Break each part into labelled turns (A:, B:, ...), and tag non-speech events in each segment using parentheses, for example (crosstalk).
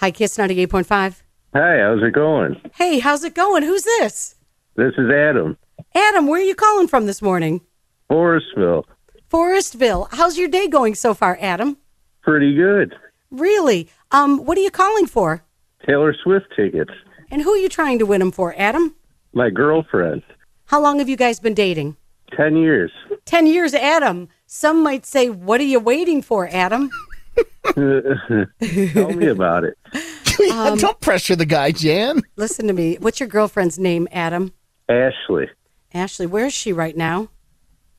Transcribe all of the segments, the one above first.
A: Hi, Kiss 98.5.
B: Hi, how's it going?
A: Hey, how's it going? Who's this?
B: This is Adam,
A: Adam, where are you calling from this morning?
B: Forestville.
A: Forestville. How's your day going so far, Adam?
B: Pretty good.
A: Really? Um, what are you calling for?
B: Taylor Swift tickets.
A: And who are you trying to win them for, Adam?
B: My girlfriend,
A: How long have you guys been dating?
B: 10 years.
A: 10 years, Adam. Some might say, What are you waiting for, Adam?
B: Tell
C: (laughs)
B: me about it.
D: Yeah, don't pressure the guy, Jan.
A: Listen to me. What's your girlfriend's name, Adam?
B: Ashley,
A: Ashley, where is she right now?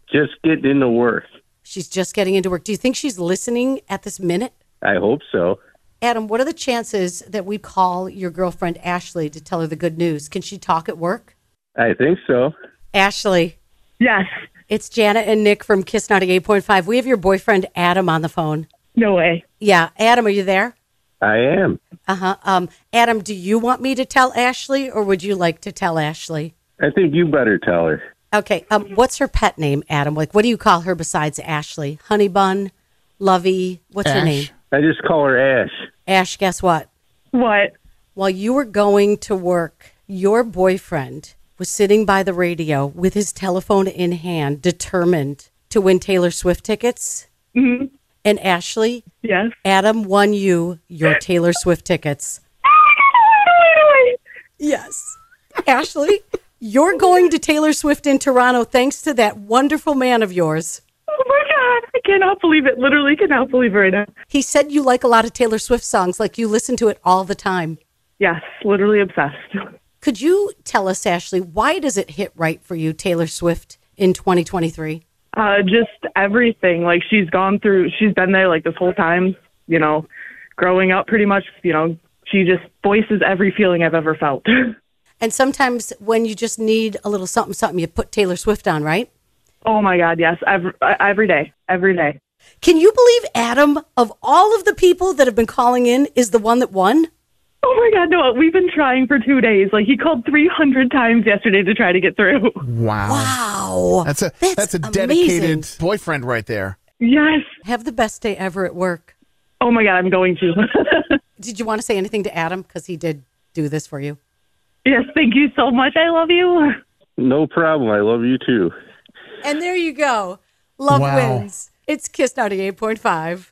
B: just getting into work.
A: She's just getting into work. Do you think she's listening at this minute?
B: I hope so.
A: Adam, what are the chances that we call your girlfriend Ashley to tell her the good news? Can she talk at work?
B: I think so.
A: Ashley.
C: Yes.
A: It's Janet and Nick from Kiss 98.5. We have your boyfriend Adam on the phone.
C: No way.
A: Yeah, Adam, are you there?
B: I am.
A: Uh-huh. Um, Adam, do you want me to tell Ashley or would you like to tell Ashley?
B: I think you better tell her.
A: Okay. Um, what's her pet name, Adam? Like what do you call her besides Ashley? Honey bun, Lovey, what's her
D: Ash.
A: name?
B: I just call her Ash.
A: Ash, guess what?
C: What?
A: While you were going to work, your boyfriend was sitting by the radio with his telephone in hand, determined to win Taylor Swift tickets.
C: Mhm.
A: And Ashley,
C: Yes.
A: Adam won you your Taylor Swift tickets. Yes. Ashley, you're going to Taylor Swift in Toronto thanks to that wonderful man of yours.
C: Oh my god! I cannot believe it. Literally, cannot believe it right now.
A: He said you like a lot of Taylor Swift songs, like you listen to it all the time.
C: Yes, literally obsessed.
A: Could you tell us, Ashley, why does it hit right for you, Taylor Swift, in 2023?
C: Uh, just everything. Like she's gone through. She's been there like this whole time. You know, growing up, pretty much. You know, she just voices every feeling I've ever felt. (laughs)
A: And sometimes when you just need a little something, something, you put Taylor Swift on, right?
C: oh my god! Yes, every, every day, every day.
A: Can you believe Adam, of all of the people that have been calling in, is the one that won?
C: Oh my god! No, we've been trying for two days. Like he called three hundred times yesterday to try to get through.
D: Wow.
A: Wow.
D: That's a that's, a dedicated
A: amazing.
D: boyfriend right there.
C: Yes.
A: Have the best day ever at work.
C: Oh my god! I'm going to. (laughs)
A: Did you want to say anything to Adam? Because he did do this for you.
C: yes. Thank you so much. I love you.
B: No problem. I love you too.
A: And there you go. Love
D: Wow.
A: wins. It's Kiss 98.5.